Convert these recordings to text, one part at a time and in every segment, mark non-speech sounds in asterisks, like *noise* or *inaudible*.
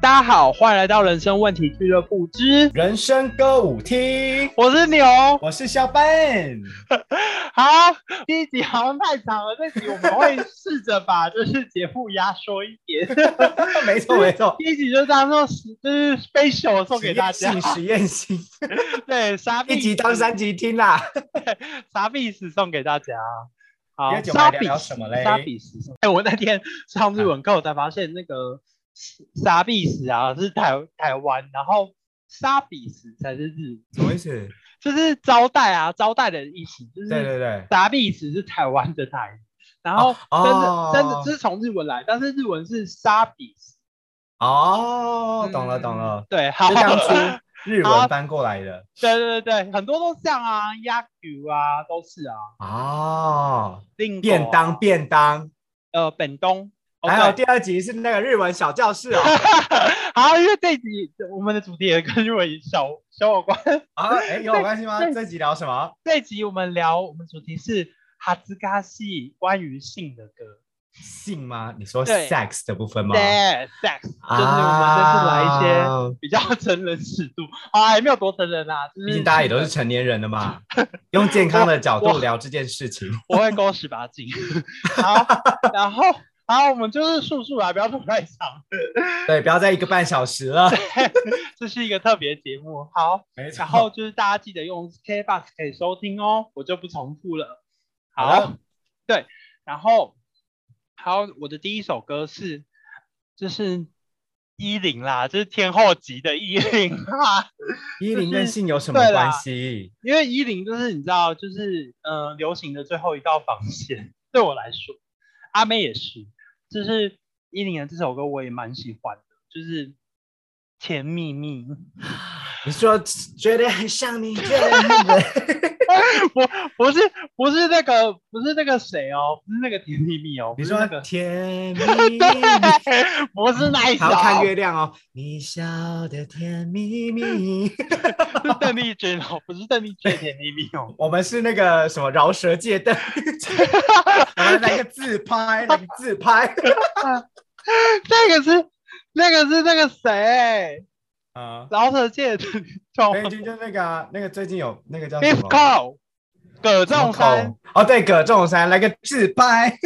大家好，欢迎来到人生问题俱乐部之，人生歌舞厅，我是牛。我是小笨。 *laughs* 好，第一集好像太长了，这集我们会试着把 *laughs* 就是节目压缩一点。没错没错，第一集就当做是就是 special 送给大家实验，性实验性， *laughs* 对，傻逼一集当三集听啦。傻逼死送给大家。好第二，集我们沙来比聊什么嘞沙比斯，哎、我那天上日文课我才发现哎那个沙比斯啊是台台湾，然后沙比斯才是日文，什么意思？就是招待啊，招待的意思，就对是对对，沙比斯是台湾的台语，然后哦真的、真的哦是从日文来，但是日文是沙比斯，哦，懂了嗯懂了，对，好就，当初日好文翻过来的。 *laughs* 对对对，很多都是这样啊，鸭酒啊都是啊，哦，另啊便当便当，呃本东，哦还有对第二集是那个日文小教室哦。 *laughs* 好，因为这一集我们的主题也跟日文小小有关。啊，哎，有关系吗对？这集聊什么？这一集我们聊，我们主题是哈兹嘎西关于性的歌，性吗？你说对 sex 的部分吗？对，sex，就是我们这次来一些啊比较成人尺 *laughs* 度啊，也没有多成人啦，嗯就是毕竟大家也都是成年人了嘛，用健康的角我我度聊这件事情。 *laughs* 我会勾十八 *laughs* 禁。好，然后然后我们就是速速来，不要说太长，对，不要再一个半小时了。 *laughs* 这是一个特别节目。好，没错 *laughs* 然 *laughs* 后就是大家记得用 KBox 可以收听哦，我就不重复了。好，好的对，然后好，我的第一首歌是就是一零啦，就是天后级的一零啦，一零跟性有什么对啦关系？因为一零就是你知道，就是呃流行的最后一道防线，对我来说，阿妹也是，就是一零的这首歌我也蛮喜欢的，就是甜蜜蜜。你说觉得很像你，觉得很 *laughs* 美不不是不是那个不是那个谁哦，不是那个甜蜜蜜哦，你不是说那个，*laughs* 甜对蜜，不是那一蜜，首，还要看月亮哦。你笑得甜蜜蜜。，是邓丽君哦，不是邓丽君的甜蜜蜜哦我们是那个什么饶舌界 *laughs* 的，我们来个自拍，来个自 *laughs* 拍。那个是那个是那个谁， *laughs* 啊，饶舌界的邓丽君就那个啊那个最近有那个叫什么？ disco，葛什么仲山口哦，对，葛仲山来个自拍，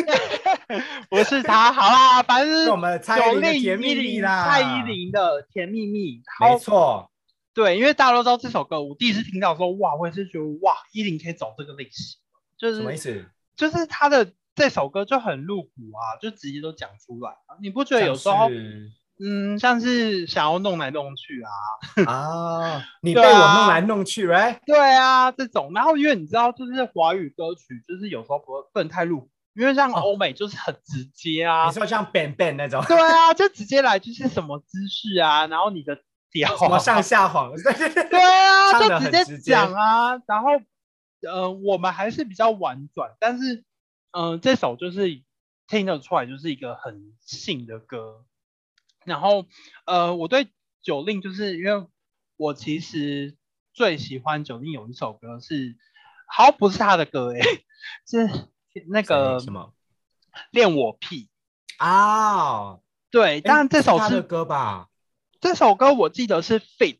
不是他，好啦，反正是是我们蔡依九林的令一甜蜜蜜零啦，蔡依，林的甜蜜蜜，然没后错，对，因为大家都知道这首歌，我第一次听到说哇，我也是觉得哇，依林可以走这个类型，就什是么意思？就是他的这首歌就很露骨啊，就直接都讲出来啊。你不觉得有时像候， *laughs* 是嗯，像是想要弄来弄去啊，啊，你被对我啊弄来弄去，哎，对啊，这种。然后因为你知道，就是华语歌曲，就是有时候不不能太露骨，因为像欧美就是很直接啊，哦你说像 Ben *laughs* Ben 那种，对啊，就直接来就是什么姿势啊，然后你的屌什么啊，上下晃，对啊， *laughs* 唱就得直很接直接讲啊。然后，呃，我们还是比较婉转，但是，嗯、这首就是听得出来，就是一个很性的歌。然后，呃，我对九令就是因为我其实最喜欢九令有一首歌是，好像不是他的歌诶、是 *laughs* 那个什么恋我屁。啊？对，哎但这首他是的歌吧？这首歌我记得是 Fit，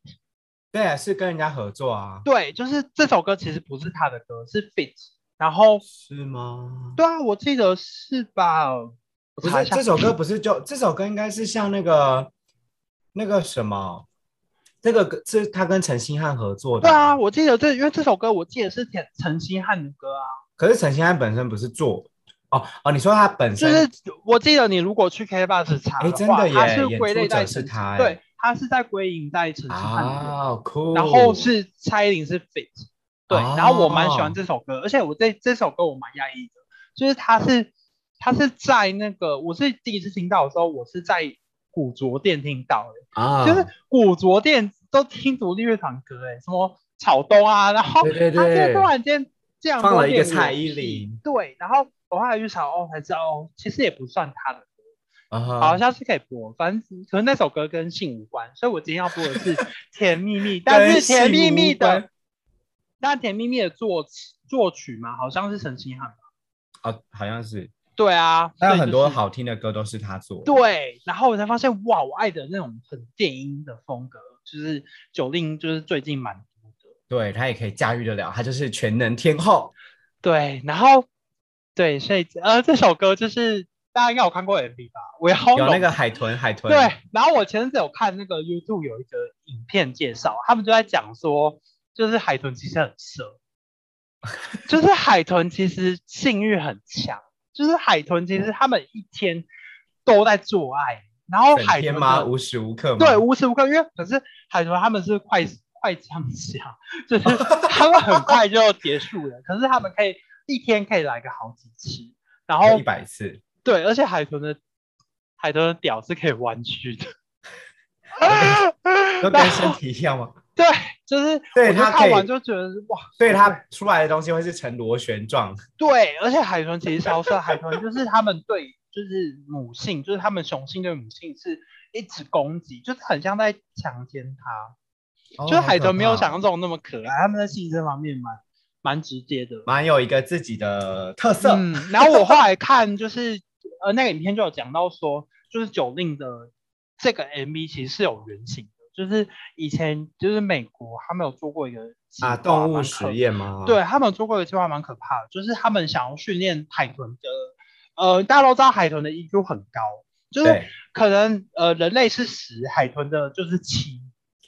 对，是跟人家合作啊？对，就是这首歌其实不是他的歌，是 Fit。然后是吗？对啊，我记得是吧？我不查是一下这首歌，不是就这首歌应该是像那个那个什么，那个歌是他跟陈星汉合作的。对啊，，我记得这，因为这首歌我记得是陈陈星汉的歌啊，可是陈星汉本身不是做哦哦，你说他本就身是我记得你如果去 KBox 查哎真的话，它耶是演归出类在者是陈他对哎，它是在归隐在陈星汉的歌，啊酷，然后是蔡依林是 Fit，对，哦然后我蛮喜欢这首歌，而且我这这首歌我蛮压抑的，就是它是它是在那个我是第一次听到的时候，我是在古着店听到的，啊，就是古着店都听独立乐团歌、欸，哎，什么草东啊，然后对对他对就突然间这样放多了一个练我蔡依屁林，对，然后我后来去查哦才知道哦，其实也不算他的歌，啊哈好像是可以播，反正可能那首歌跟性无关，所以我今天要播的是《甜蜜 *laughs* 蜜》，但是《甜蜜蜜》跟性无的关，但《甜蜜蜜》的作词作曲嘛，好像是陈星汉吧，啊，好像是对啊，所还有以就很是多好听的歌都是他做的。对，然后我才发现哇，我爱的那种很电音的风格，就是九令，就是最近蛮多的。对他也可以驾驭得了，他就是全能天后。对，然后对，所以呃，这首歌就是大家应该有看过 MV 吧？我要有那个海豚，海豚对，然后我前阵子有看那个 YouTube 有一个影片介绍，他们就在讲说，就是海豚其实很 *laughs* 色，就是海豚其实性欲很强，就是海豚其实他们一天都在做爱，然后整海天豚吗？的无时无刻吗？对，无时无刻，因为可是海豚他们是快快枪侠，啊就是他们很快就结束了，可是他们可以一天可以来个好几次，然后一百次，对，而且海豚的海豚的屌是可以弯曲的， *laughs* 都跟身体一样吗？ *laughs* 对，就是对我就它可看以完就觉得哇，所以它出来的东西会是呈螺旋状。对，而且海豚其实超色，海豚就是他们对就是母性，就是他们雄性对母性是一直攻击，就是很像在强奸它。就是海豚没有想象哦，中那么可爱，他们在性这方面蛮蛮直接的。蛮有一个自己的特色。嗯，然后我后来看就是 *laughs* 呃那个影片就有讲到说，就是九令的这个 MV 其实是有原型的，就是以前就是美国他们有做过一个计划啊，动物嗯蛮可实验吗？对他们有做过一个计划蛮可怕的，就是他们想要训练海豚的，呃大家都知道海豚的 EQ 很高，就是对可能呃人类是十，海豚的就是七。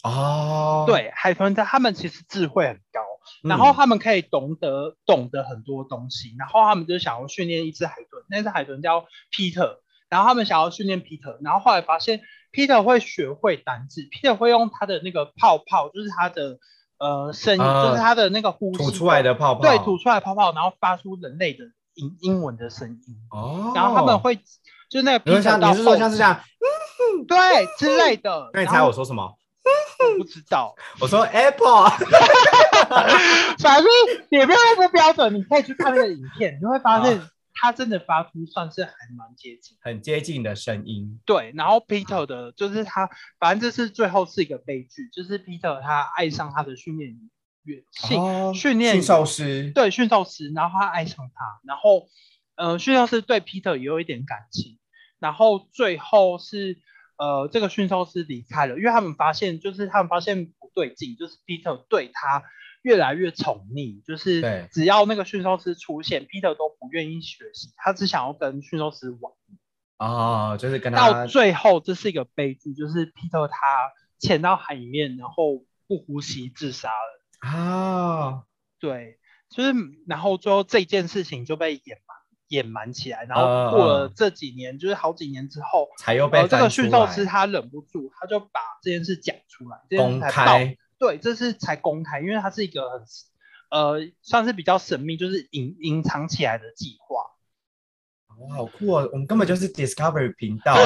哦，对，海豚的他们其实智慧很高，嗯，然后他们可以懂得懂得很多东西，然后他们就想要训练一只海豚，那只海豚叫 Peter，然后他们想要训练 Peter，然后后来发现 Peter 会学会单字，Peter 会用他的那个泡泡，就是他的呃声音，啊就是他的那个呼吸吐出来的泡泡，对，吐出来的泡泡，然后发出人类的英英文的声音，哦，然后他们会就是那你个 Peter 说像到你是说后像是这样？对之类的， *laughs* 那你然猜后我说什么？不知道。我说 Apple， *laughs* 反正也没有那么标准，你可以去看那个影片，你会发现他真的发出算是还蛮接近。很接近的声音。对，然后 Peter 的就是他，反正这是最后是一个悲剧，就是 Peter 他爱上他的训练员训、哦训练驯兽师，对驯兽师，然后他爱上他，然后呃驯兽师对 Peter 也有一点感情，然后最后是呃这个驯兽师离开了，因为他们发现就是他们发现不对劲，就是 Peter 对他越来越宠溺，就是对只要那个驯兽师出现，Peter 都不愿意学习，他只想要跟驯兽师玩。哦，就是跟到他最后这是一个悲剧，就是 Peter 他潜到海里面，然后不呼吸自杀了。啊，对，就是然后最后这件事情就被掩瞒掩瞒起来，然嗯后嗯过了嗯这几年，就是好几年之后，才又被呃，这个翻驯出兽来师他忍不住，他就把这件事讲出来，这件公事才爆，开，对，这是才公开，因为它是一个很呃算是比较神秘，就是隐隐藏起来的计划。 *laughs* 哇，好酷哦！我们根本就是 Discovery 频道，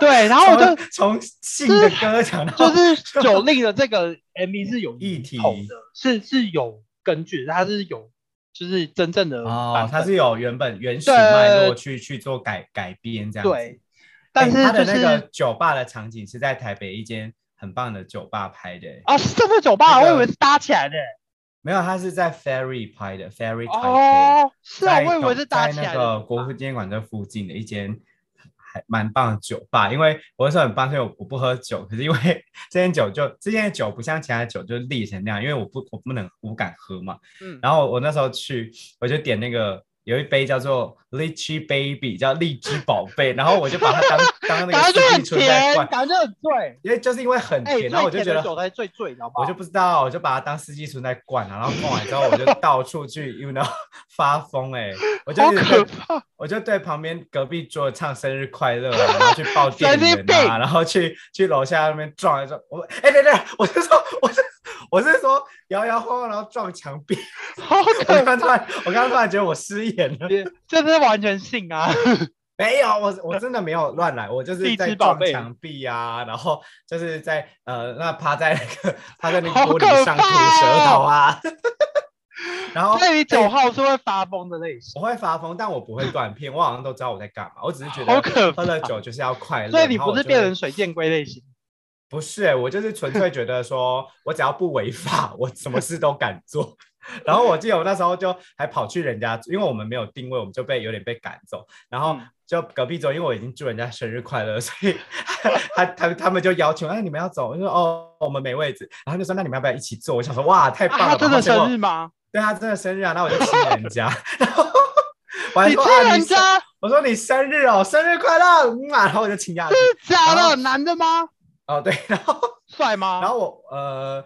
对，然后我 *laughs* 就从从性的歌讲到就是九令的这个 MV 是有议系统题的，是是有根据的，它是有就是真正的哦版，它本是有原本原始对脉络去去做改改编这样子。对，但是哎它就的是、那个酒吧的场景是在台北一间很棒的酒吧拍的，啊，是真的酒吧，那个我以为是搭起来的欸。没有，它是在 Ferry 拍的 Ferry 台哦，是啊，在我以为是搭在起来那的。个国父纪念馆这附近的一间还蛮棒的酒吧，因为我是很棒，所以我我不喝酒。可是因为 *laughs* 这间酒就这间酒不像其他酒就烈成那样，因为我不我不能我不敢喝嘛。嗯，然后我那时候去，我就点那个有一杯叫做 Lychee Baby，叫荔枝宝贝，然后我就把它 *laughs* 当当那感觉个就四很季春在甜，灌，感觉很醉。因为就是因为很哎，甜，然后最甜我就觉的得酒才最醉， *laughs* 好不好？我就不知道，我就把它当四季春在灌啊，然后灌完之后我就到处去，you know，发 *laughs* 疯哎、我就好一直可对怕，我就对旁边隔壁桌唱生日快乐、啊，然后去抱 *laughs* 店神经员病啊，然后去去楼下那边撞一撞，我哎对对，我是说我是我是说摇摇晃晃然后撞墙壁，好我刚可刚突然我刚刚突然觉得我失言了，怜，这是完全性 *laughs* 啊！ *laughs* 没有，我我真的没有乱来，我就荔是枝在宝撞贝墙壁啊，然后就是在呃，那趴在那个趴在那个好玻可璃上吐怕舌头哦啊， *laughs* 然后所以哎九号是会发疯的类型，我会发疯，但我不会断片，我好像都知道我在干嘛，我只是觉好得可怕哎喝。了酒就是要快乐，所以你然不后我是就变会成水箭龟类型，不是、欸我就是纯粹觉得说，我只要不违法， *laughs* 我什么事都敢做。然后我记得我那时候就还跑去人家，因为我们没有定位，我们就被有点被赶走。然后嗯就隔壁桌，因为我已经祝人家生日快乐，所以 *laughs* 他他他们就要求，哎那、你们要走，我就说哦，我们没位置。然后就说那你们要不要一起坐？我想说哇，太棒啊，了他真的吧！然后生结日果，吗？对他真的生日啊，那我就亲人家，然后我还你说亲啊，人你生家我说你生日哦，生日快乐，嗯啊，然后我就亲下去。是假然的，后男的吗？哦，对，然后帅吗？然后我呃，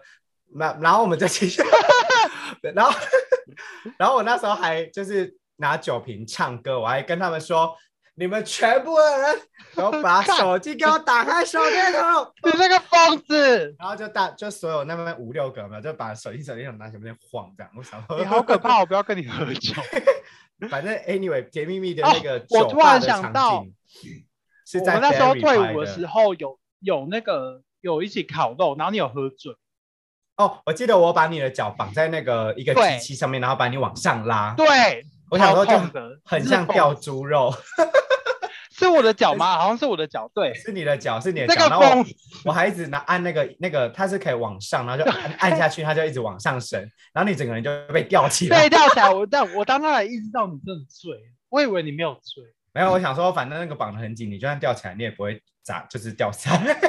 那然后我们就继续，然后 *laughs* 然后我那时候还就是拿酒瓶唱歌，我还跟他们说，你们全部的人都 *laughs* 把干手机给我打开手电筒。你这个疯 *laughs* 子，然后就大就所有那么五六个嘛，就把手机手电筒拿前面晃这样。我想说，你哎好可怕，我不要跟你喝酒。 *laughs* 反正 anyway 甜蜜蜜的哦那个我酒突吧然的想场到景是我在们那时候 Berry 退拍伍的的时候有有那个有一起烤肉，然后你有喝醉，哦，我记得我把你的脚绑在那个一个对机器上面，然后把你往上拉。对，我想说就超痛的很像掉猪肉，是我的脚吗？好像是我的脚，对，是你的脚，是你的这脚。个然后疯我我还一直拿按那个那个，它是可以往上，然后就按按下去，它就一直往上升，然后你整个人就被吊起来对，。掉起来，我但我当时才意识到你真的醉了，我以为你没有醉，没有，我想说，反正那个绑得很紧，你就算吊起来，你也不会砸，就是掉下来。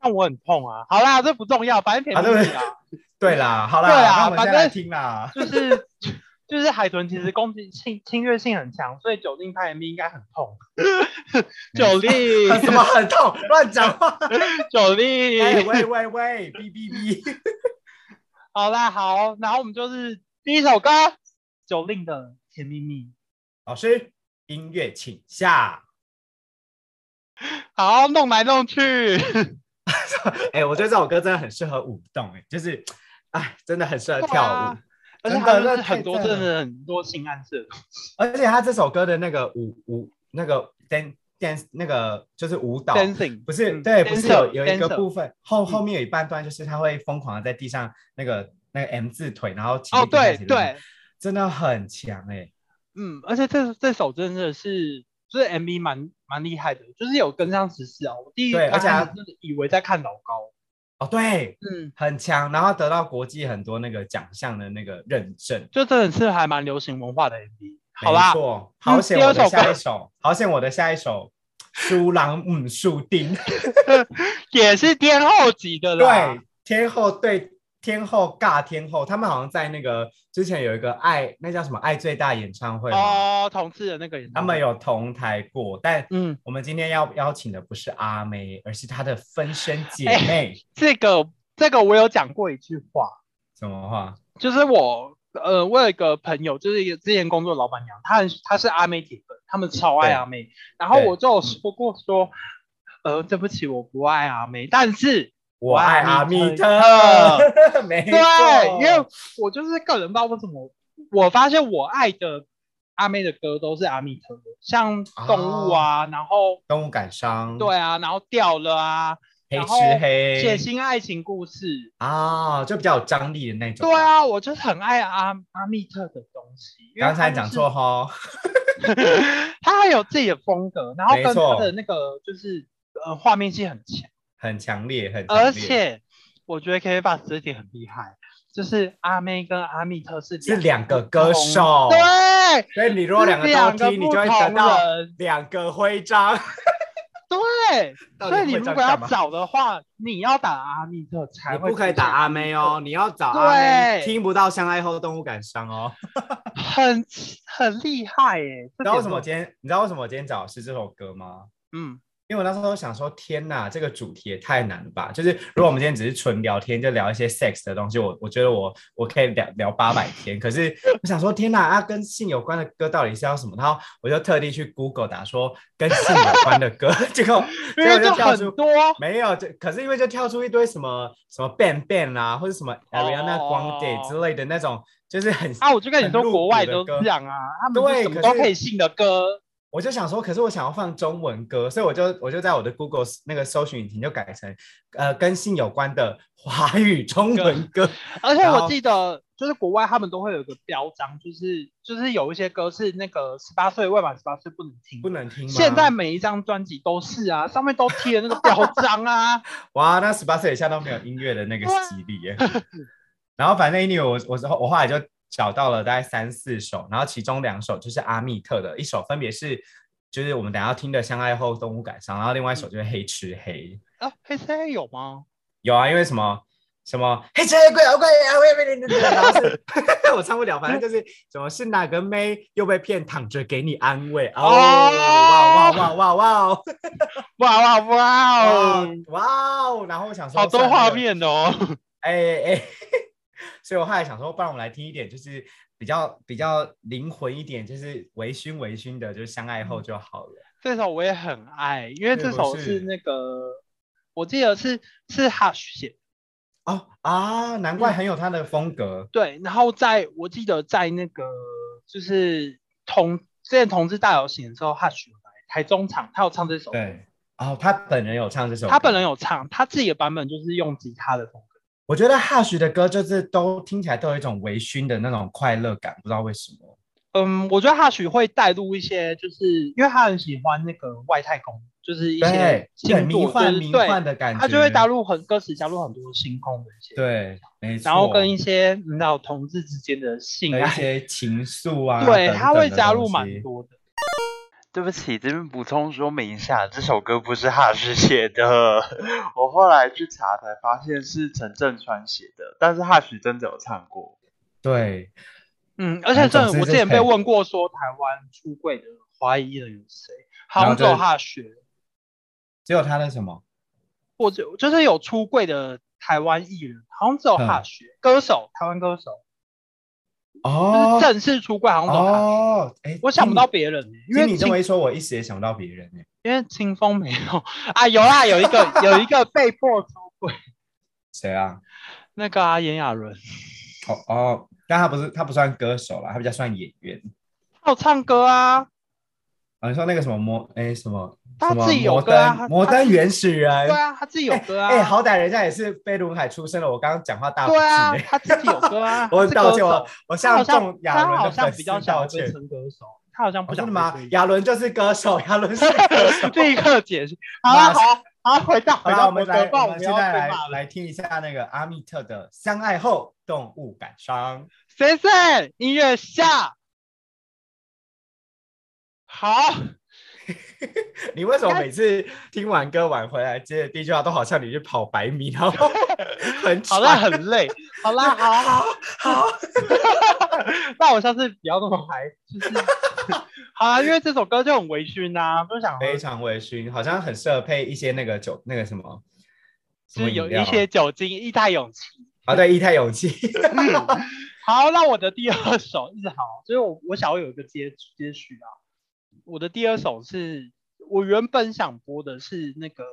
但我很痛啊。好啦，这不重要，反正甜啊对蜜不蜜对啦， *laughs* 对啦，好啦，对啦那我们反再来正听啦。 *laughs* 就是就是海豚其实攻击性侵略性很强，所以酒精拍 MV 应该很痛。 *laughs* 酒力，什么很痛？乱讲话！ *laughs* 酒力，哎，喂喂喂，哔哔哔！好啦，好，然后我们就是第一首歌，九令的《甜蜜蜜老师，音乐请下。》。好，弄来弄去，哎、我觉得这首歌真的很适合舞动、哎，就是，哎，真的很适合对跳舞。啊而且真它就是的那太很多赞了真的很多性暗示的东西。而且他这首歌的那个舞舞那个 dance dance 那个就是舞蹈， Dancing 不是嗯对，不是 dancer，有有一个 dancer 嗯部分后后面有一半段就是他会疯狂的在地上那个那个 M 字腿，然后起哦，立停下对起立，对，真的很强哎、嗯，而且这这首真的是就是 MV 蛮蛮厉害的，就是有跟上时事啊。我第一对而刚且开它始真的以为在看老高，哦对，嗯，很强，然后得到国际很多那个奖项的那个认证。就真的是还蛮流行文化的 MV。好没啦，错，好险第二我的首下歌一首，好险我的下一首，舒朗姆树丁，也是天后级的啦。对，天后对天后尬天后，他们好像在那个之前有一个爱，那叫什么爱最大演唱会嘛，哦，同志的那个演唱他们会，有同台过，但嗯，我们今天要邀请的不是阿妹，而是她的分身姐哎妹，这个这个我有讲过一句话，什么话？就是我呃，我有一个朋友，就是一个之前工作的老板娘，她很她是阿妹铁粉，他们超爱对阿妹。然后对我就有说过说，呃，对不起，我不爱阿妹，但是我爱阿密特， *laughs* 没错，对，因为我就是个人不知道为什么，我发现我爱的阿妹的歌都是阿密特的，像动物啊，然后动物感伤，对，啊，然后掉了啊，黑然吃后黑，血腥爱情故事，啊，就比较有张力的那种，对。啊，我就是很爱阿阿密特的东西。因为刚才他讲就是错，哈， *laughs* 他很有自己的风格，然后没跟他错的那个就是呃画面性很强，很强烈，很强烈而且我觉得 K b o x 这一点很厉害，就是阿妹跟阿密特是是两个不同歌手对，所以你如果两是个都个听，你不就会得同到人两个徽章。对，到所以底你徽如章果要干嘛？找的话，你要打阿密特才你会不可以出打现阿妹哦，你要找对阿妹，听不到相爱后动物感伤哦。很很厉害耶。你这知道点为什么我我今天你知道为什么我今天找的是这首歌吗？嗯，因为我那时候想说，天呐，这个主题也太难了吧！就是如果我们今天只是纯聊天，就聊一些 sex 的东西，我我觉得我我可以聊聊八百天。可是我想说，天呐，啊，跟性有关的歌到底是要什么？然后我就特地去 Google 打说跟性有关的歌，结果因结果为就就跳出很多 *laughs* 没有，就可是因为就跳出一堆什么什么 Bang Bang 啦、或者什么哦 Ariana Grande 之类的那种，就是很啊，我就跟你很说，露国骨外的都歌这样啊，他们对是什么可都是可以信的歌，我就想说，可是我想要放中文歌，所以我就我就在我的 Google 那个搜寻引擎就改成呃跟性有关的华语中文歌。而且然我后记得，就是国外他们都会有一个标章，就是就是有一些歌是那个十八岁未满十八岁不能听不的。能听吗？现在每一张专辑都是啊，上面都贴那个标章啊。 *laughs* 哇，那十八岁以下都没有音乐的那个洗礼耶。 *laughs* 然后反正因为我我我后来就找到了大概三四首，然后其中两首就是阿密特的，一首分别是就是我们等一下要听的《相爱后动物感伤》，然后另外一首就是《黑吃黑》。啊，黑色有吗？有啊，因为什么什么黑吃黑贵啊贵啊，我也被你然后是 *laughs* 我唱不了，反正就是什么是哪个妹又被骗，躺着给你安慰哦，哇哇哇哇哇哦哇哇哇哦，哇哦，然后我想说好多算了画面哦。 *laughs* 哎哎， *laughs* 所以我后来想说，不然我们来听一点，就是比较比较灵魂一点，就是微醺微醺的，就是相爱后就好了。这首我也很爱，因为是这不首是是那个，我记得是是 Hush 写的哦啊，难怪很有他的风格。对，然后在我记得在那个就是同之前同志大游行的时候，Hush 有来台中场，他有唱这首歌，对，哦，他本人有唱这首歌，他本人有唱，他自己的版本就是用吉他的风格。我觉得 Hush 的歌就是都听起来都有一种微醺的那种快乐感，不知道为什么。嗯，我觉得 Hush 会带入一些，就是因为他很喜欢那个外太空，就是一些对，对，星迷座，幻就是迷对，幻的感觉，他就会加入很歌词加入很多星空的一些，，对，没错。然后跟一些你知道同志之间的性的一爱，些情愫啊，对，等他等会的加东入西蛮多的。对不起，这边补充说明一下，这首歌不是哈士写的， *laughs* 我后来去查才发现是陈振川写的，但是哈士真的有唱过。对，嗯，而哎且这总之我之就前可被以问过说台湾出柜的华裔艺人有谁，好然像后只有就是哈雪，只有他的什么？或者就是有出柜的台湾艺人，好像只有嗯哈雪。歌手，台湾歌手，就是哦正式出柜好像只有哈雪。哦，哎，我想不听到你，别人，欸因听为你这么清一说，我一时也想不到别人哎。因为清风没有 *laughs* 啊，有啦，有一 *laughs* 个有一个被迫出轨谁啊？那个啊，炎亚纶，哦哦，但他不是他不算歌手啦，他比较算演员。他有唱歌啊，啊，你说那个什么摩哎什么他什么自己有摩歌啊登他摩他登原始人对，啊，他自己有歌啊，哎、好歹人家也是飞轮海出身的，我刚刚讲话大不对敬、啊，欸。，他自己有歌啊 *laughs* 我他是道歌歉，手我我他好向像众亚他好伦的像粉比丝较道想被歉。称歌手，他好像不哦真想的被吗归？类。亚伦就是歌手，亚伦是歌手 *laughs* 立刻解释。好了好了好了，啊回到好回了，到我们德来，报，我们不现要在被来骂了。来听一下那个阿密特的《相爱后动物感伤》。先生，音乐下。好，你为什么每次听完歌完回来，接着第一句话都好像你去跑百米，然 *laughs* 后很好啦，喘很累。好啦，好好，好， *laughs* 那我下次不要那么嗨，就是。 *laughs* 好啦，因为这首歌就很微醺啊，不想喝非常微醺，好像很适合配一些那个酒，那个什么，什就么是饮有料一些酒精，一带勇气。啊，对，一太勇气。嗯，好，那我的第二首一直好，所以我我想要有一个接接续啊。我的第二首是我原本想播的是那个，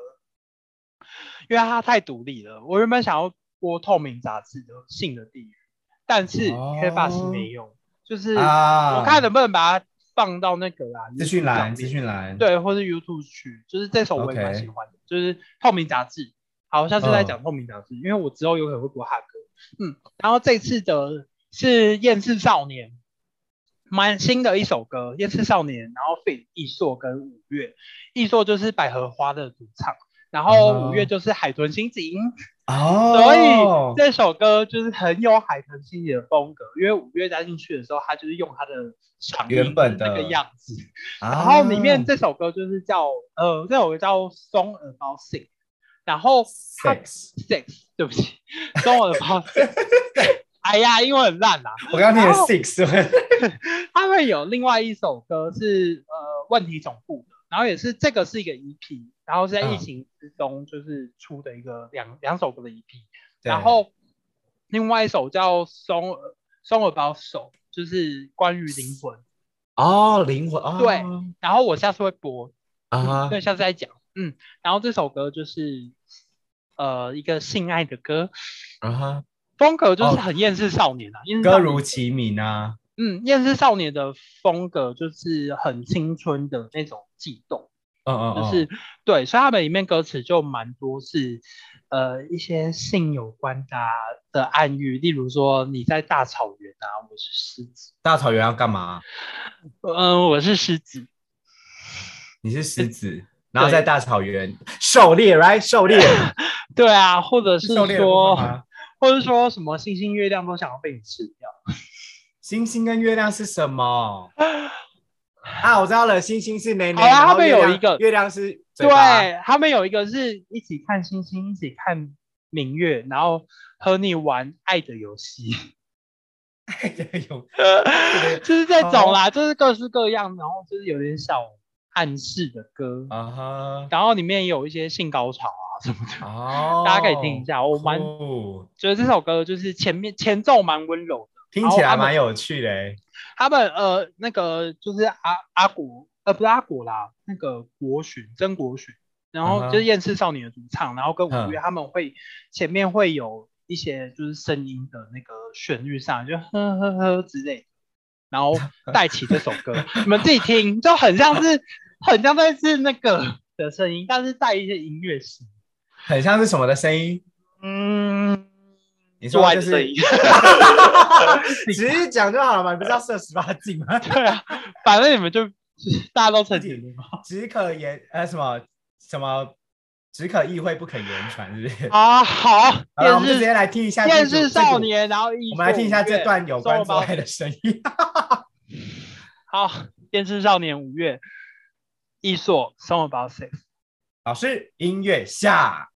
因为它太独立了，我原本想要播《透明杂志》的《性的地狱》，但是哦黑发是没用，就是我 *laughs* 啊，看能不能把它放到那个啦，资讯 YouTube 栏，上资面讯栏，，对，或是 YouTube 去，就是这首我也蛮 OK 喜欢的就是《透明杂志》。好，下次再嗯讲《透明杂志》因为我之后有可能会播哈歌。嗯，然后这次的是《厌世少年》，蛮新的一首歌，《厌世少年》，然后 f 易硕跟五月，易硕就是百合花的主唱，然后五月嗯就是海豚刑警。所以哦，这首歌就是很有海豚星野的风格，因为五月加进去的时候，他就是用他的嗓音原本的那个样子，啊然后里面这首歌就是叫呃，这首歌叫《Song About Sex》，然后它 sex， Sex，对不起，《Song About Sex》。哎 *laughs* 呀，英文很烂啦、我刚刚念然了后 six， *laughs* 他们有另外一首歌是呃问题总部的，然后也是这个是一个 EP，然后是在疫嗯情之中就是出的一个两两首歌的 E EP，对然后另外一首叫《松耳松耳包手》，就是关于灵魂。哦，灵魂哦，对然后我下次会播，啊对，下次再讲。嗯，然后这首歌就是呃一个性爱的歌，啊哈，风格就是哦很厌世少年啊，厌世歌少年如其名啊，嗯，厌世少年的风格就是很青春的那种悸动，嗯嗯，就嗯是、对，所以他们里面歌词就蛮多是呃一些性有关的、啊、的暗喻，例如说你在大草原啊，我是狮子，大草原要干嘛？啊嗯，我是狮子，你是狮子，然后在大草原狩猎，right？狩猎，对啊，或者是狩猎的部分说，吗或者是说什么星星月亮都想要被你吃掉，星星跟月亮是什么？啊，我知道了，星星是妹妹，好啊然后他们有月亮一个月亮是嘴巴对他们有一个是一起看星星，一起看明月，然后和你玩爱的游戏， *laughs* *laughs* 有就是这种哦啦，就是各式各样，然后就是有点小暗示的歌，啊哈，然后里面有一些性高潮啊什么的，哦，大家可以听一下。我蛮酷觉得这首歌就是前面前奏蛮温柔的，听起然后来他们蛮有趣的欸。他们呃那个就是阿阿果呃不是阿果啦，那个国巡曾国巡，然嗯后哼就是厌世少女的主唱，然后跟嗯五月他们会前面会有一些就是声音的那个旋律上就呵呵呵之类的，然后带起这首 *laughs* 歌，你们自己听就很像是很像在是那个的声音，但是带一些音乐性，很像是什么的声音？嗯，你做说爱就的声是音，，只是讲就好了嘛，你不是要设十八禁吗？ *laughs* 对啊，反正你们就大家都成年了嘛。只可言呃什么什么，只可意会不可言传，是不是？啊，好，好了，我们电就直视接来听一下电这组视少，年，然后这一组我们来听一下这段有关做吧。爱的声音。 *laughs* 好，电视少年五月，一所 Song About Sex。老师，音乐下，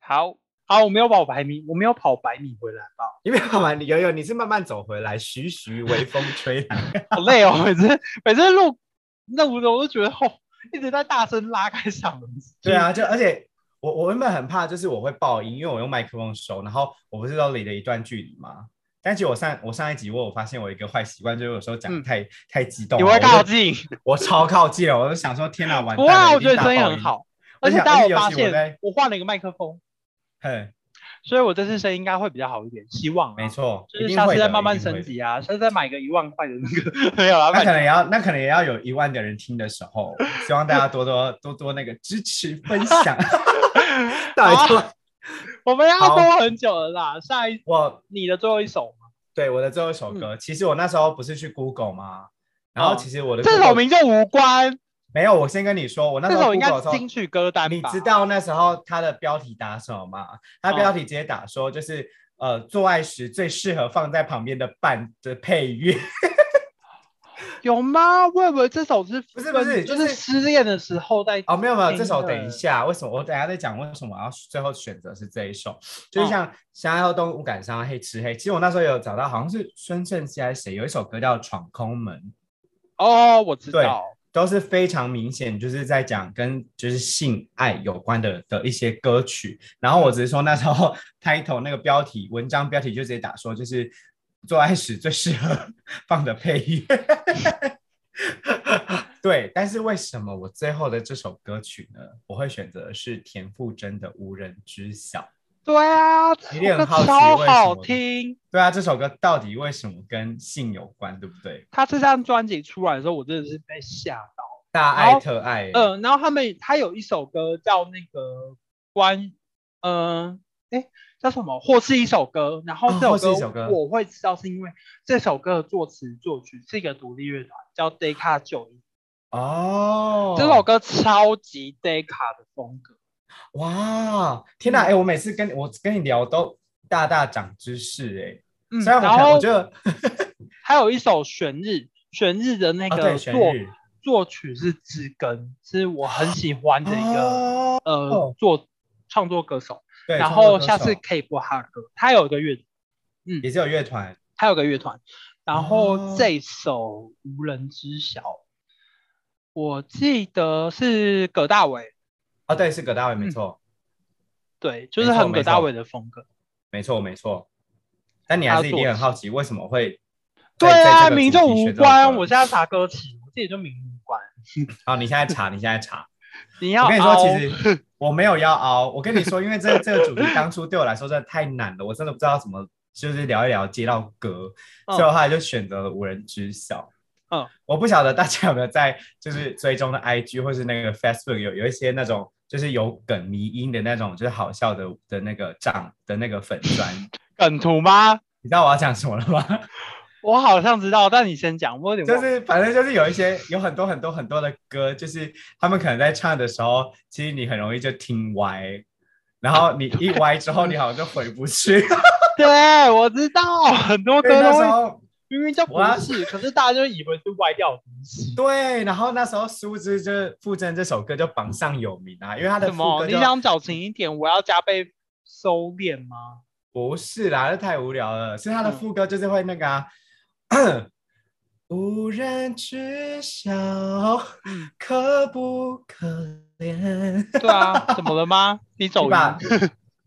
好，好，我没有跑百米，我没有跑百米回来吧？因为好玩，你悠悠，你是慢慢走回来，徐徐微风吹来。好累哦， *laughs* 每次每次录那我我都觉得哦，一直在大声拉开嗓门。对，啊，就而且我我原本很怕，就是我会爆音，因为我用麦克风收，然后我不是都离了一段距离吗？但其实我上我上一集我有发现我有一个坏习惯，就是有时候讲嗯太、太激动你了，会我就靠近？我超靠近了，我就想说天哪，完不蛋会啊，了！我一觉得定声大音爆很音，好，而而且且当而且我发尤其我在现我换了一个麦克风，哼，所以我这次声音应该会比较好一点，希望啊没。错，就一是定下会次再的慢慢一定会升的级啊，下次再买个一万块的那个 *laughs* 没有啦，那买 *laughs* 可能也要，那可能也要有一万的人听的时候，希望大家多多多多那个支持分 *laughs* 享。啊到底多我们要好拖很久了啦，下一我你的最后一首嘛，对我的最后一首歌，其实我那时候不是去 Google 吗？然后嗯哦其实我的这 Google- 首名就无关，没有，我先跟你说，我那这时候首应该 Google 的时是候金曲歌单吧？你知道那时候它的标题打什么吗？它哦标题直接打说就是、呃做爱时最适合放在旁边的伴的配乐。有吗？我以为这首是不是不是就就是是失恋的时候在哦，没有没有，听这首的等一下，为什么我等一下再讲为什么我要最后选择是这一首？哦就是像《想要动物感伤黑吃黑》，其实我那时候有找到，好像是孙盛希还是谁有一首歌叫《闯空门》，哦，我知对道，都是非常明显就是在讲跟就是性爱有关的的一些歌曲。然后我只是说那时候 title 那个标题文章标题就直接打说就是做爱时最适合放的配乐。 *laughs* 对，但是为什么我最后的这首歌曲呢？我会选择的是田馥甄的《无人知晓》。对啊，这首一定歌很好奇超为什么好听。对啊，这首歌到底为什么跟性有关，对不对？他这张专辑出来的时候，我真的是被吓到。大然爱后特爱欸、嗯、然后他们他有一首歌叫那个关，嗯、呃，哎，叫什么？或是一首歌。然后哦这或是首一歌,、首歌我会知道是因为这首歌的作词作曲是一个独立乐团叫 Deca 九一，哦，这首歌超级 Deca 的风格。哇，天嗯哪！哎、我每次跟我跟你聊都大大长知识哎、嗯，虽然我然可能后我觉得还有一首旋日，旋日的那啊，个对，作、旋律作曲是知根，是我很喜欢的一个、哦呃作创作歌手。对，然创作后歌下手次可以播他的歌，他有一个乐也是有乐团，他有个乐团，然哦后这首无人知晓，我记得是葛大为，哦，对，是葛大为，没嗯错，对，就是没错很没葛大错为的风格。没错，没错。但你还他是一作定很好奇，为什么会对在在啊，这个名主就题无选这首关，歌我现在查歌词，我自己就名无关。好，你现在查，你现在查。你要我跟你说，凹其 *laughs* 实我没有要熬。我跟你说，因为这这个主题当初对我来说真的太难了，我真的不知道怎么就是聊一聊接到歌，嗯所以我后来就选择了无人知晓。嗯，我不晓得大家有没有在就是追踪的 IG 或是那个 Facebook 有有一些那种就是有梗迷音的那种，就是好笑的的那个账的那个粉砖，梗图吗？你知道我要讲什么了吗？我好像知道，但你先讲，我有点就忘是反正就是有一些有很多很多很多的歌，就是他们可能在唱的时候，其实你很容易就听歪，然后啊你一歪之后，你好像就回不 *laughs* 去。对，我知道很多对，歌那都时会候明明叫不我要是，可是大家就以为是歪掉的东西。对，然后那时候苏之就是傅征这首歌就榜上有名啊，因为他的什副么？歌你就想矫情一点，我要加倍收敛吗？不是啦，这太无聊了，是他的嗯副歌就是会那个啊。 *clears throat* 无人知晓，嗯可不可怜？对啊， *laughs* 怎么了吗？你走你音把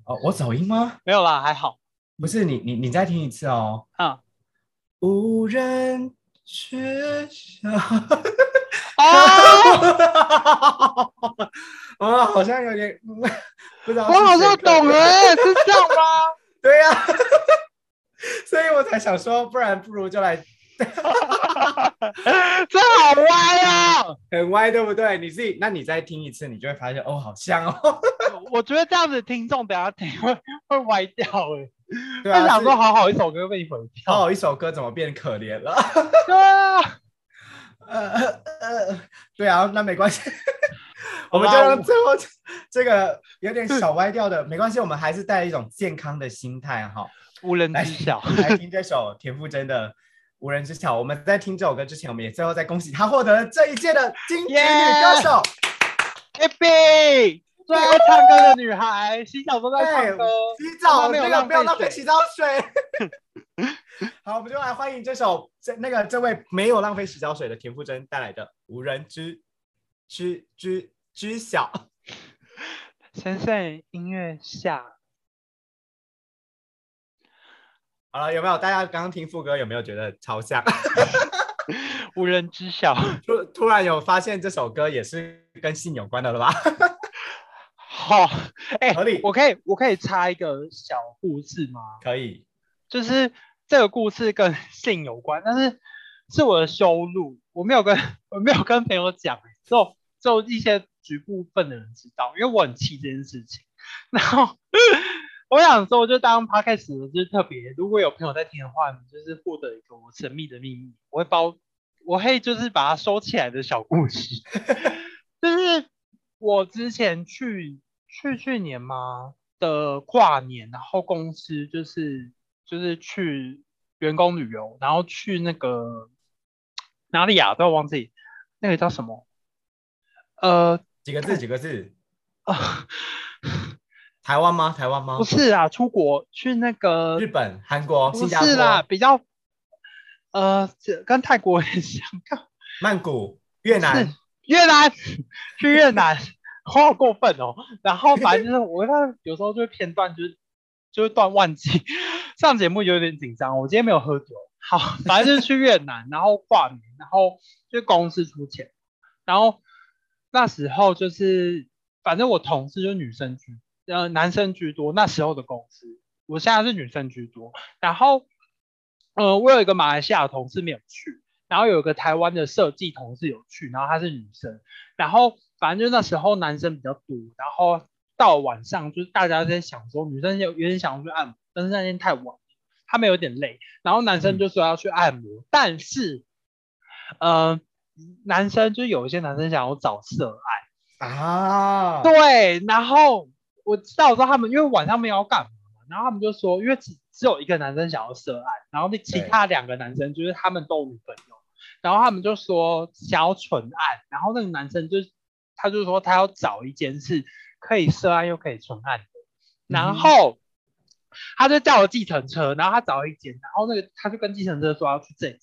哦，我走音吗？没有啦，还好。不是你，你你再听一次哦。啊、无人知 *laughs* 晓。啊！ *laughs* 啊，好像有点， *laughs* 嗯不知道。我好像懂了、。欸是这样吗？对呀、 *laughs* 所以我才想说，不然不如就来 *laughs* 这好歪啊！很歪，对不对？你自己，那你再听一次，你就会发现，哦，好像哦。我觉得这样子听众等下听 *laughs* 会会歪掉哎、欸。对他啊，想是说好好一首歌被你毁好掉。好一首歌怎么变可怜了？对啊，呃呃，对啊，那没关 *laughs* 系，我好们吧就让最后这这个有点小歪掉的没关系，我们还是带一种健康的心态 *laughs* 哈，无人来知晓。来听这首田馥甄的《无人知晓》。我们在听这首歌之前，我们也最后再恭喜她获得了这一届的金曲女歌手。哎 Happy，最爱唱歌的女孩，洗澡都在对唱歌。洗澡她没有那个浪不要费浪费水洗澡水。 *laughs* 好，我们就来欢迎这首这那个这位没有浪费洗澡水的田馥甄带来的《无人知知知知晓》。神圣音乐下，好了，有没有大家刚刚听副歌有没有觉得超像？无人知晓。突突然有发现这首歌也是跟性有关的了吧？好，哎、合理我可以我可以插一个小故事吗？可以，就是这个故事跟性有关，但是是我的羞辱，我没有跟我没有跟朋友讲，欸只有只有一些局部分的人知道，因为我很气这件事情。然后 *laughs* 我想说，就当 podcast 就是特别，如果有朋友在听的话，你就是获得一个我神秘的秘密，我会包，我会就是把它收起来的小故事，就是我之前去去去年嘛的跨年，然后公司就是就是去员工旅游，然后去那个哪里啊，都要忘记那个叫什么，呃几个字，几个字，啊。台湾吗？台湾吗不？是啊，出国去那个日本、韩国、不新加坡是、啦，比较呃，这跟泰国 *laughs* 很像，曼谷、越南是，越南 *laughs* 去越南，我好过分哦。然后反正就是我跟他有时候就会片段，就是就是断忘记 *laughs* 上节目有点紧张，我今天没有喝酒。好，反正就是去越南， *laughs* 然后跨年，然后就公司出钱，然后那时候就是反正我同事就女生居呃男生居多，那时候的公司，我现在是女生居多。然后呃，我有一个马来西亚的同事没有去，然后有一个台湾的设计同事有去，然后她是女生，然后反正就那时候男生比较多，然后到晚上就是大家在想说女生有有点想要去按摩，但是那天太晚了，他们有点累，然后男生就说要去按摩，但是呃，男生就是有一些男生想要找色爱。啊，对，然后我知道，我知道他们因为晚上没有要干嘛嘛，然后他们就说，因为只只有一个男生想要涉案，然后那其对他两个男生就是他们都有女朋友，然后他们就说想要纯爱，然后那个男生就他就说他要找一间是可以涉案又可以纯爱的，然嗯后。他就叫了计程车，然后他找了一间，然后那个他就跟计程车说要去这间，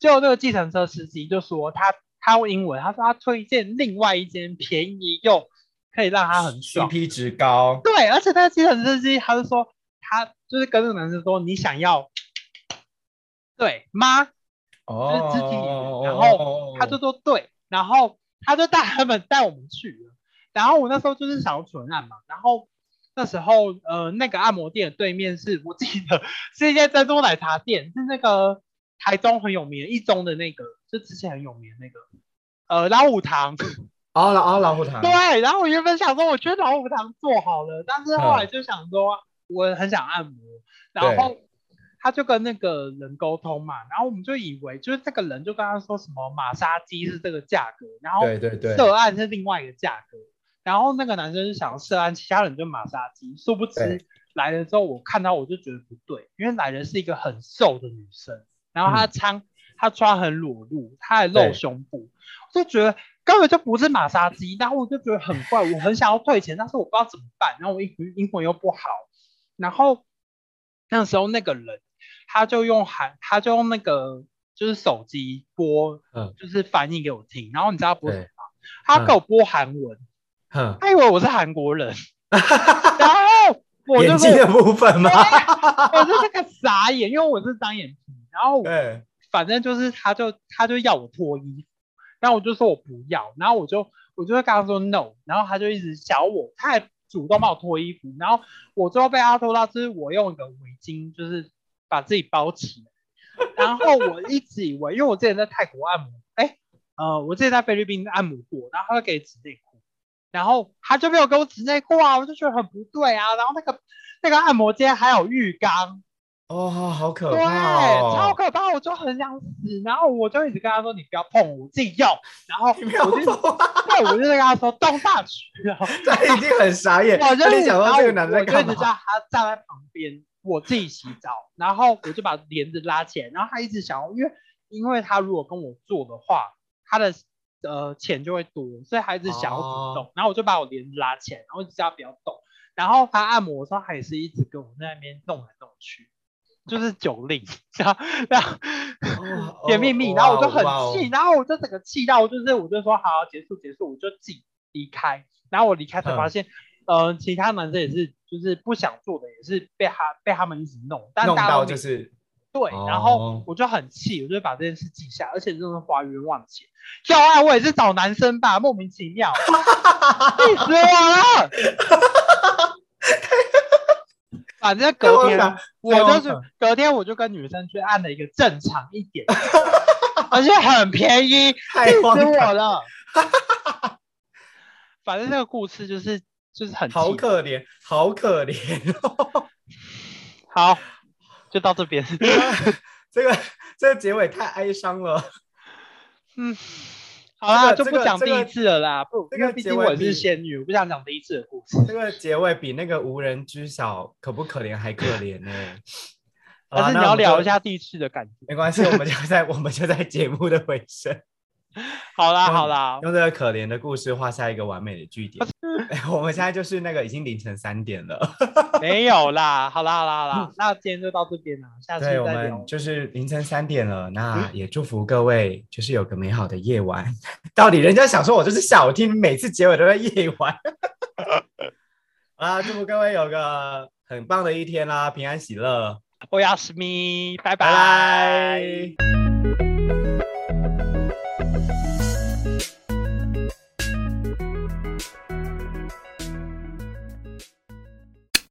结果那个计程车司机就说他他用英文，他说他推荐另外一间便宜又可以让他很爽。 ，CP 值高，对，而且那个计程车司机他就说他就是跟那个男生说你想要对吗？哦，就是肢体语言然后他就说对，然后他就带他们带我们去了。然后我那时候就是想要纯爱嘛，然后那时候呃那个按摩店的对面是我记得 *laughs* 是一家珍珠奶茶店，是那个台中很有名的一中的那个，就之前很有名的那个呃老虎堂。哦，老哦老虎堂，对，然后我原本想说，我去老虎堂做好了，但是后来就想说，我很想按摩，然后他就跟那个人沟通嘛，然后我们就以为就是这个人就跟他说什么马杀鸡是这个价格，然后对对对，涉案是另外一个价格，然后那个男生就想涉案，其他人就马杀鸡，殊不知对来了之后，我看到我就觉得不对，因为来的是一个很瘦的女生，然后她穿、她穿很裸露，她还露嗯对胸部，我就觉得根本就不是马杀鸡，然后我就觉得很怪，我很想要退钱，但是我不知道怎么办，然后我英语英文又不好，然后那时候那个人他就用韩，他就用那个就是手机播，嗯就是翻译给我听，然后你知道他播什么对吗？他给我播韩文，哼，他以为我是韩国人，然后我演就是技的部分吗？ *laughs* 我就是个傻眼，因为我是单眼皮，然后我对，反正就是他就他就要我脱衣服，然后我就说我不要，然后我就我就会跟他说 no，然后他就一直小我，他还主动帮我脱衣服，然后我最后被他脱到，就是我用一个围巾就是把自己包起来，然后我一直以为，因为我之前在泰国按摩，哎，呃，我之前在菲律宾按摩过，然后他会给指内裤，然后他就没有给我指内裤啊，我就觉得很不对啊，然后那个那个按摩间还有浴缸，哦，好可对，怕超哦！可怕，我就很想死，然后我就一直跟他说你不要碰我，我自己用，然后你不要我就碰啊，对，我就在跟他说 don't touch，然后 *laughs* 他已经很傻眼。我就他一就直想然到后这个我男的在我就一干直嘛叫？他站在旁边，我自己洗澡，然后我就把帘子拉起来，然后他一直想要，因为因为他如果跟我做的话，他的呃钱就会多，所以他一直想要主哦动，然后我就把我帘子拉起来，然后就叫他不要动，然后他按摩的时候，他也是一直跟我在那边弄来弄去。就是酒令，然后然后哦甜蜜蜜，然后我就很，哇哦哇气，哦然后我就整个气到，就是我就说好，结束结束，我就自己离开。然后我离开才嗯发现，呃，其他男生也是，就是不想做的，也是被他被他们一直弄，但弄大家都到没就是对，哦然后我就很气，我就把这件事记下，而且真的是花冤枉钱。要爱我也是找男生吧，莫名其 *laughs* 妙，气死我了。反正隔天太荒唐我就是太荒隔天我就跟女生去按了一个正常一点的，而且很便宜， *laughs* 太 *laughs* 气死荒唐我 *laughs* 了。反正这个故事就是就是很好气可怜，好可怜哦！好，就到这 *laughs* 边。这个这个结尾太哀伤了。嗯，好啦，这就个不讲这第个一次了啦，不，这因为个毕结竟尾我是比仙女，我不想讲第一次的故事。这个结尾比那个无人知晓可不可怜还可怜呢、好啦但是你那要我们就聊一下第一次的感觉。没关系，我们就在我们就在节目的尾声，好啦，嗯好啦，用这个可怜的故事画下一个完美的 *laughs* 句点。哎我们现在就是那个已经凌晨三点了，没有啦，好啦，好啦，好啦，那今天就到这边啦，下次再嗯对，我聊嗯们。就是凌晨三点了。那也祝福各位，就是有个美好的夜晚。 *laughs* 到底人家想说我就是下午听，每次结尾都在夜晚。 *laughs* 啊，祝福各位有个很棒的一天啦，平安喜乐，Oh 欧亚斯咪，拜拜拜。